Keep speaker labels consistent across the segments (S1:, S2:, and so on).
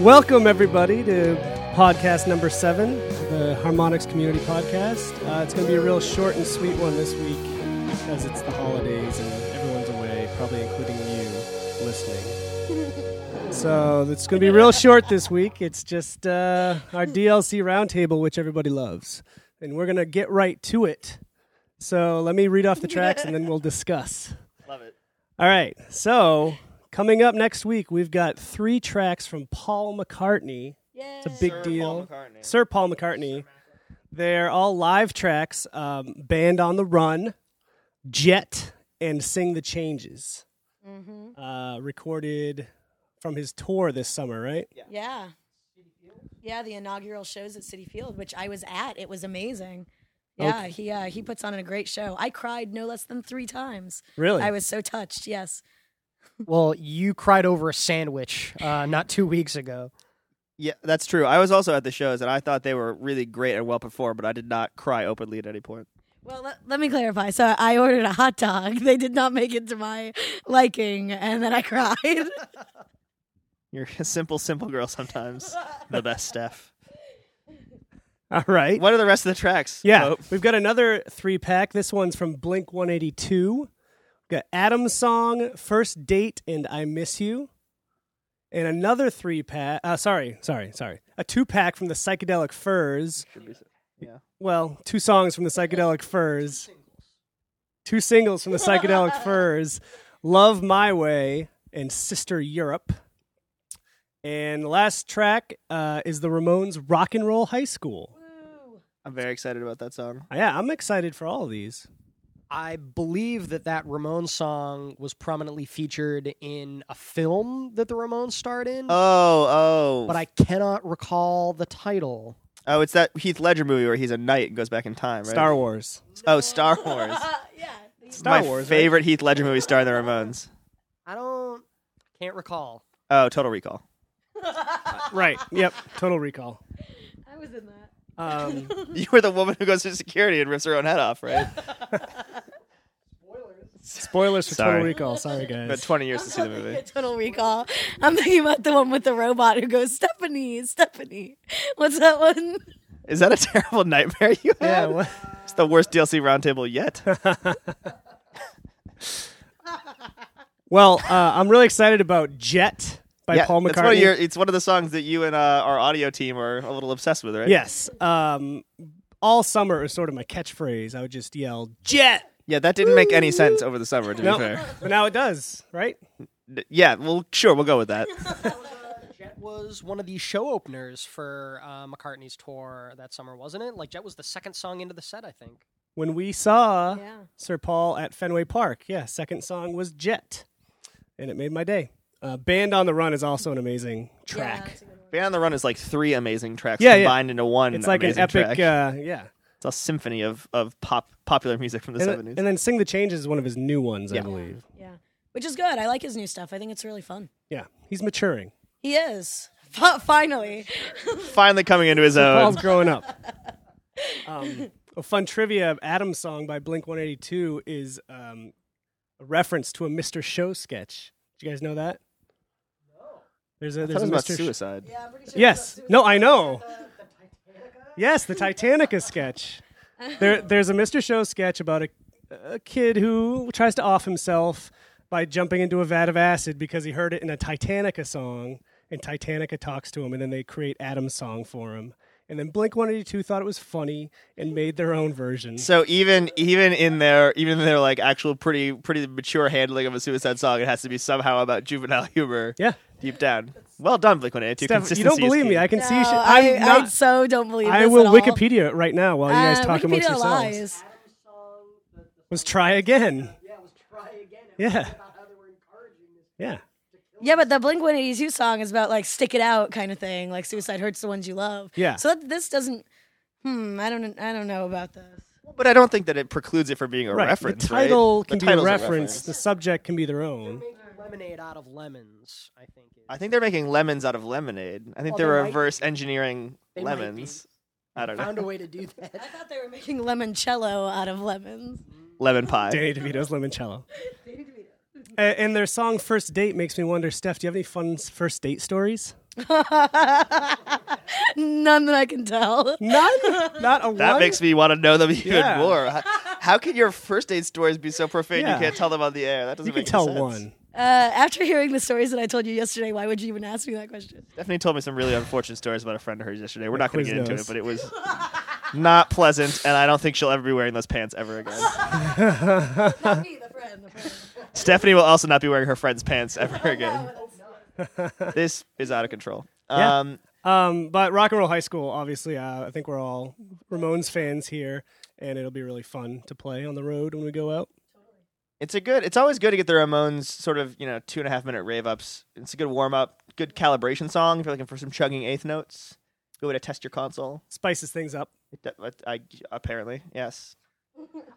S1: Welcome, everybody, to podcast number seven, the Harmonics Community Podcast. Uh, it's going to be a real short and sweet one this week because it's the holidays and everyone's away, probably including you listening. so it's going to be real short this week. It's just uh, our DLC roundtable, which everybody loves. And we're going to get right to it. So let me read off the tracks and then we'll discuss.
S2: Love it.
S1: All right. So coming up next week, we've got three tracks from Paul McCartney.
S3: Yeah.
S1: It's a big
S2: Sir
S1: deal.
S2: Paul McCartney.
S1: Sir Paul McCartney. They're all live tracks um, Band on the Run, Jet, and Sing the Changes.
S3: hmm
S1: Uh, recorded from his tour this summer, right?
S3: Yeah. Yeah, the inaugural shows at City Field, which I was at. It was amazing. Yeah, he uh, he puts on a great show. I cried no less than three times.
S1: Really?
S3: I was so touched. Yes.
S4: Well, you cried over a sandwich uh, not two weeks ago.
S2: Yeah, that's true. I was also at the shows, and I thought they were really great and well performed, but I did not cry openly at any point.
S3: Well, let, let me clarify. So I ordered a hot dog. They did not make it to my liking, and then I cried.
S2: You're a simple, simple girl sometimes. the best, Steph.
S1: all right.
S2: What are the rest of the tracks? Oh,
S1: Yeah,
S2: Pope?
S1: we've got another three pack. This one's from Blink 182. We've got Adam's Song, First Date, and I Miss You. And another three pack. Uh, sorry, sorry, sorry. A two pack from the Psychedelic Furs.
S2: yeah.
S1: Well, two songs from the Psychedelic Furs. Two singles from the Psychedelic Furs Love My Way and Sister Europe. And the last track uh, is the Ramones Rock and Roll High School.
S2: I'm very excited about that song.
S1: Yeah, I'm excited for all of these.
S4: I believe that that Ramones song was prominently featured in a film that the Ramones starred in,
S2: Oh, oh.
S4: but I cannot recall the title.
S2: oh, it's that Heath Ledger movie where he's a knight and goes back in time, right?
S1: Star Wars.
S2: Oh, Star Wars.
S3: Uh, yeah.
S1: Star
S2: My
S1: Wars. right?
S2: favorite Heath Ledger movie starring the Ramones.
S4: I don't, can't recall.
S2: Oh, Total Recall.
S1: Right. Yep. Total Recall.
S3: I was in that.
S1: Um,
S2: You were the woman who goes through security and rips her own head off, right?
S1: spoilers for
S2: Sorry.
S1: Total Recall. Sorry,
S2: But
S1: guys.
S2: 20 years to see the movie.
S3: Total Recall. I'm thinking about the one with the robot who goes Stephanie, Stephanie. What's that one?
S2: Is that a terrible nightmare you had?
S1: Yeah. What?
S2: It's the worst DLC roundtable yet.
S1: Well, uh, I'm really excited about Jet by
S2: Yeah,
S1: Paul McCartney.
S2: That's one of your, it's one of the songs that you and uh, our audio team are a little obsessed with, right?
S1: yes. Um, all summer is sort of my catchphrase. I would just yell Jet.
S2: Yeah, that didn't make any sense over the summer, to
S1: No,
S2: be fair.
S1: but now it does, right?
S2: N- Yeah, well, sure, we'll go with that.
S4: Jet was one of the show openers for uh, McCartney's tour that summer, wasn't it? Like Jet was the second song into the set, I think.
S1: When we saw
S3: Yeah.
S1: Sir Paul at Fenway Park, yeah, second song was Jet, and it made my day. Uh, Band on the Run is also an amazing track.
S2: Band on the Run is like three amazing tracks
S1: Yeah, yeah.
S2: combined into one.
S1: it's like an
S2: amazing
S1: epic,
S2: track.
S1: uh, yeah.
S2: it's a symphony of, of pop popular music from the
S1: and,
S2: 70s.
S1: then- and then Sing the Changes is one of his new ones, I
S2: Yeah.
S1: believe.
S3: Yeah. Which is good. I like his new stuff. I think it's really fun.
S1: Yeah, he's maturing.
S3: He is. Fi- finally.
S2: Finally coming into his own.
S1: Paul's growing up. Um, a fun trivia: Adam's song by Blink One Eighty Two is um, a reference to a Mr. Show sketch. Did you guys know that? No. There's a
S2: I
S1: there's a
S2: thought it was
S1: Mr.
S2: about
S1: Sh-
S2: suicide.
S3: Yeah, I'm pretty sure.
S1: yes. No, I know. Yes, the Titanica sketch. There, there's a Mr. Show sketch about a, a kid who tries to off himself by jumping into a vat of acid because he heard it in a Titanica song, and Titanica talks to him, and then they create Adam's song for him. And then Blink 182 thought it was funny and made their own version.
S2: So even even in their even their like actual pretty pretty mature handling of a suicide song, it has to be somehow about juvenile humor.
S1: yeah.
S2: deep down. Well done, Blink One Eight Two.
S1: Steph, you don't believe me. I can see shit.
S3: No,
S1: I'm
S3: I,
S1: not.
S3: I so don't believe
S1: I
S3: this
S1: will
S3: at all.
S1: Wikipedia it right now while you guys
S3: Uh,
S1: talk
S3: Wikipedia
S1: amongst yourselves.
S3: lies.
S1: Was try again. Yeah. Yeah.
S3: Yeah, but the Blink 182 song is about like stick it out kind of thing. Like suicide hurts the ones you love.
S1: Yeah.
S3: So that, this doesn't. Hmm. I don't. I don't know about this.
S2: but I don't think that it precludes it from being a
S1: Right.
S2: reference.
S1: the title
S2: right?
S1: can
S2: The
S1: be a
S2: title's
S1: reference. The subject can be their own.
S4: Making lemonade out of lemons, I think. is-
S2: I think they're making lemons out of lemonade. I think
S4: Well,
S2: they're
S4: they might
S2: reverse engineering
S4: They might be.
S2: lemons. I don't
S4: found a
S2: know.
S4: way to do that.
S3: I thought they were making limoncello out of lemons.
S2: Lemon pie.
S1: Danny DeVito's Limoncello. A- And their song "First Date" makes me wonder, Steph, do you have any fun s- first date stories?
S3: None that I can tell. Uh,
S1: None. Not a
S2: That
S1: one.
S2: makes me want to know them even
S1: Yeah.
S2: more. How, how can your first date stories be so profane
S1: Yeah.
S2: you can't tell them on the air? That doesn't
S1: You can
S2: make any
S1: tell
S2: sense.
S1: one.
S3: Uh, after hearing the stories that I told you yesterday, why would you even ask me that question?
S2: Stephanie told me some really unfortunate stories about a friend of hers yesterday. We're not going to get into
S1: Quiznos.
S2: it, but it was not pleasant, and I don't think she'll ever be wearing those pants ever again.
S3: Not me, the friend. The friend.
S2: Stephanie will also not be wearing her friend's pants ever again. this is out of control.
S1: Yeah.
S2: Um,
S1: Um, but Rock and Roll High School, obviously, uh, I think we're all Ramones fans here, and it'll be really fun to play on the road when we go out.
S2: It's a good. It's always good to get the Ramones sort of you know two and a half minute rave ups. It's a good warm up, good calibration song if you're looking for some chugging eighth notes. Good way to test your console.
S1: Spices things up.
S2: It, that- but I, apparently, yes.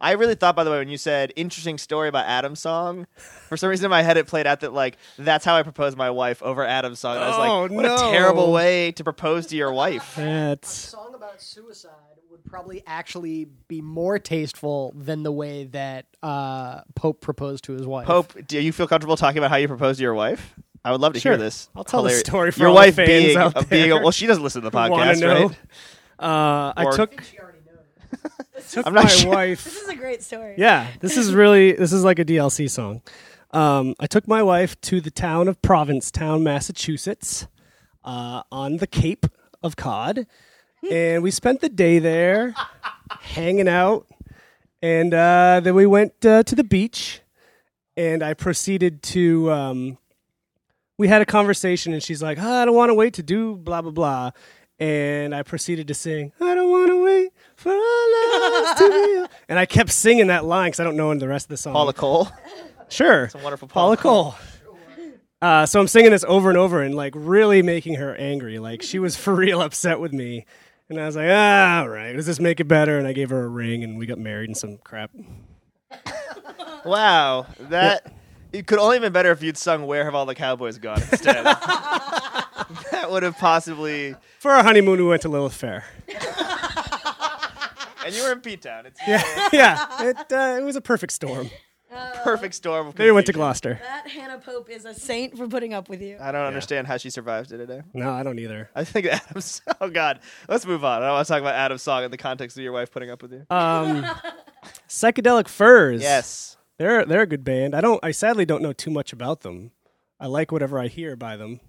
S2: I really thought, by the way, when you said "interesting story about Adam's song," for some reason in my head it played out that like that's how I proposed my wife over Adam's song. And I was like,
S1: Oh,
S2: what
S1: no.
S2: a terrible way to propose to your wife.
S1: That's
S4: song about suicide would probably actually be more tasteful than the way that uh, Pope proposed to his wife.
S2: Pope, do you feel comfortable talking about how you proposed to your wife? I would love to
S1: Sure.
S2: hear this.
S1: I'll tell the
S2: Hilarious.
S1: story for
S2: your
S1: all the
S2: wife
S1: fans
S2: being,
S1: out
S2: a- being a-
S1: there
S2: well, she doesn't listen to the
S1: wanna
S2: podcast,
S1: know.
S2: right?
S1: Uh, I
S2: Or-
S1: took took
S2: I'm not
S1: my
S2: sure.
S1: wife.
S3: This is a great story.
S1: Yeah, this is really this is like a DLC song. Um, I took my wife to the town of Provincetown, Massachusetts, uh, on the Cape of Cod, and we spent the day there, hanging out, and uh, then we went uh, to the beach, and I proceeded to. Um, we had a conversation, and she's like, "Ah, "I don't want to wait to do blah blah blah," and I proceeded to sing, "I don't want to wait for our lives to be." o-" And I kept singing that line because I don't know the rest of the song.
S2: Paula Cole.
S1: Sure. It's
S2: a wonderful
S1: Paula
S2: Paula
S1: Cole. Uh, so I'm singing this over and over and like really making her angry. Like she was for real upset with me. And I was like, ah, all right, does this make it better? And I gave her a ring and we got married and some crap.
S2: Wow, that it could only have been better if you'd sung "Where Have All the Cowboys Gone" instead. that would have possibly.
S1: For our honeymoon, we went to Lilith Fair.
S2: And you were in P Town. It's
S1: yeah, it, uh, it was a perfect storm.
S2: a perfect storm. Of
S1: Then we went to
S2: confusion.
S1: Gloucester.
S3: That Hannah Pope is a saint for putting up with you.
S2: I don't understand how she survived it today.
S1: No, I don't either.
S2: I think Adam's. Oh God, let's move on. I don't want to talk about Adam's song in the context of your wife putting up with you.
S1: Um, Psychedelic Furs.
S2: yes,
S1: They're, they're a good band. I don't, I sadly don't know too much about them. I like whatever I hear by them.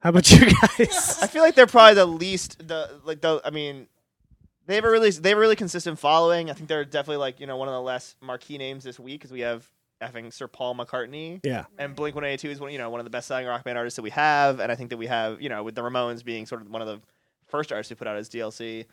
S1: How about you guys?
S2: I feel like they're probably the least the like the. I mean, they have a really they have a really consistent following. I think they're definitely like you know one of the less marquee names this week because we have effing Sir Paul McCartney.
S1: yeah.
S2: And Blink One Eighty Two is one, you know, one of the best selling rock band artists that we have, and I think that we have, you know, with the Ramones being sort of one of the first artists who put out his DLC.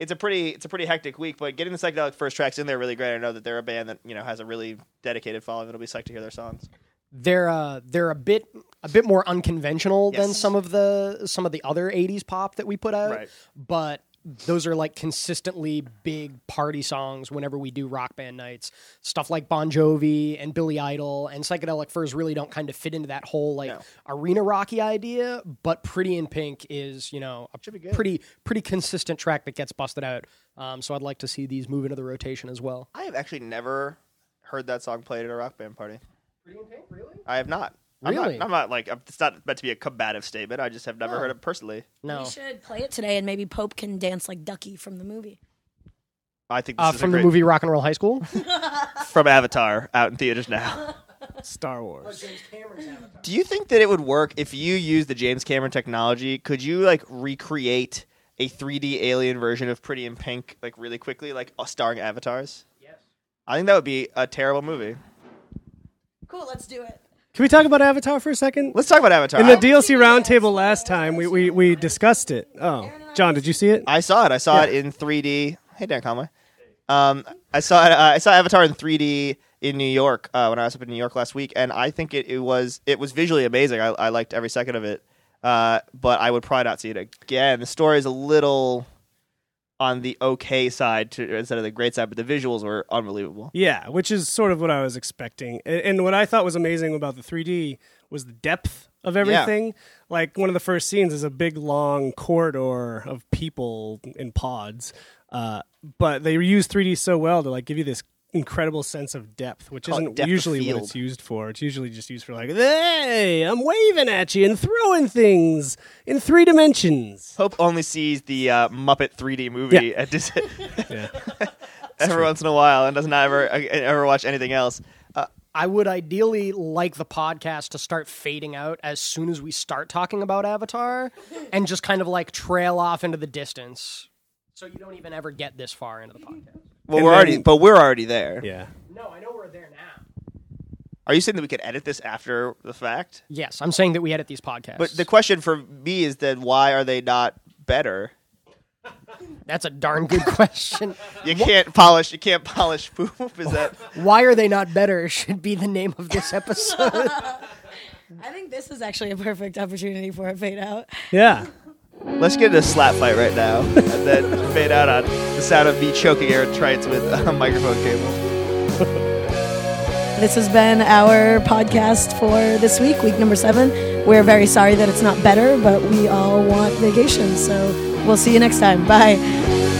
S2: It's a pretty, it's a pretty hectic week, but getting the psychedelic first tracks in there really great. I know that they're a band that you know has a really dedicated following. It'll be psyched to hear their songs.
S4: They're uh, they're a bit a bit more unconventional than
S2: Yes.
S4: some of the some of the other '80s pop that we put out,
S2: Right.
S4: but. Those are like consistently big party songs whenever we do rock band nights. Stuff like Bon Jovi and Billy Idol and Psychedelic Furs really don't kind of fit into that whole like
S2: No.
S4: arena rocky idea, but Pretty in Pink is, you know, a
S2: be good.
S4: pretty pretty consistent track that gets busted out. Um, so I'd like to see these move into the rotation as well.
S2: I have actually never heard that song played at a rock band party. Really? I have not.
S4: Really?
S2: I'm not, I'm not like it's not meant to be a combative statement. I just have never heard it personally.
S4: No.
S3: We should play it today, and maybe Pope can dance like Ducky from the movie.
S2: I think this
S4: Uh,
S2: is
S4: from
S2: a great,
S4: the movie Rock and Roll High School.
S2: from Avatar out in theaters now.
S1: Star Wars.
S2: Do you think that it would work if you use the James Cameron technology? Could you like recreate a 3D alien version of Pretty in Pink like really quickly, like uh, starring avatars? Yes. I think that would be a terrible movie.
S3: Cool, let's do it.
S1: Can we talk about Avatar for a second?
S2: Let's talk about Avatar.
S1: In the
S2: I,
S1: DLC roundtable last time, we, we, we discussed it. Oh, John, did you see it?
S2: I saw it. I saw it in 3D. Hey, Dan Conway. Um, I saw it, uh, I saw Avatar in 3D in New York uh, when I was up in New York last week, and I think it, it was it was visually amazing. I, I liked every second of it, uh, but I would probably not see it again. The story is a little on the okay side to, instead of the great side, but the visuals were unbelievable.
S1: Yeah, which is sort of what I was expecting. And, and what I thought was amazing about the 3D was the depth of everything. Like one of the first scenes is a big long corridor of people in pods, uh, but they use 3D so well to like give you this incredible sense of depth, which
S2: Call it
S1: isn't
S2: depth of
S1: usually what
S2: field.
S1: it's used for. It's usually just used for like, hey, I'm waving at you and throwing things in three dimensions.
S2: Pope only sees the uh, Muppet 3D movie at Dis-
S1: Yeah.
S2: every once in a while and does not ever uh, ever watch anything else. Uh,
S4: I would ideally like the podcast to start fading out as soon as we start talking about Avatar and just kind of like trail off into the distance. So you don't even ever get this far into the podcast.
S2: well,
S1: And
S2: we're
S1: then-
S2: already, but we're already there.
S1: yeah.
S4: No, I know we're there now.
S2: Are you saying that we could edit this after the fact?
S4: Yes, I'm saying that we edit these podcasts.
S2: But the question for me is then why are they not better?
S4: That's a darn good question.
S2: You can't polish. You can't polish poop. Is that?
S4: Why are they not better should be the name of this episode.
S3: I think this is actually a perfect opportunity for a fade out.
S1: Yeah.
S2: Let's get into a slap fight right now, and then fade out on the sound of me choking Aaron Trites with a microphone cable.
S3: This has been our podcast for this week, week number seven. We're very sorry that it's not better, but we all want vacation. So we'll see you next time. Bye.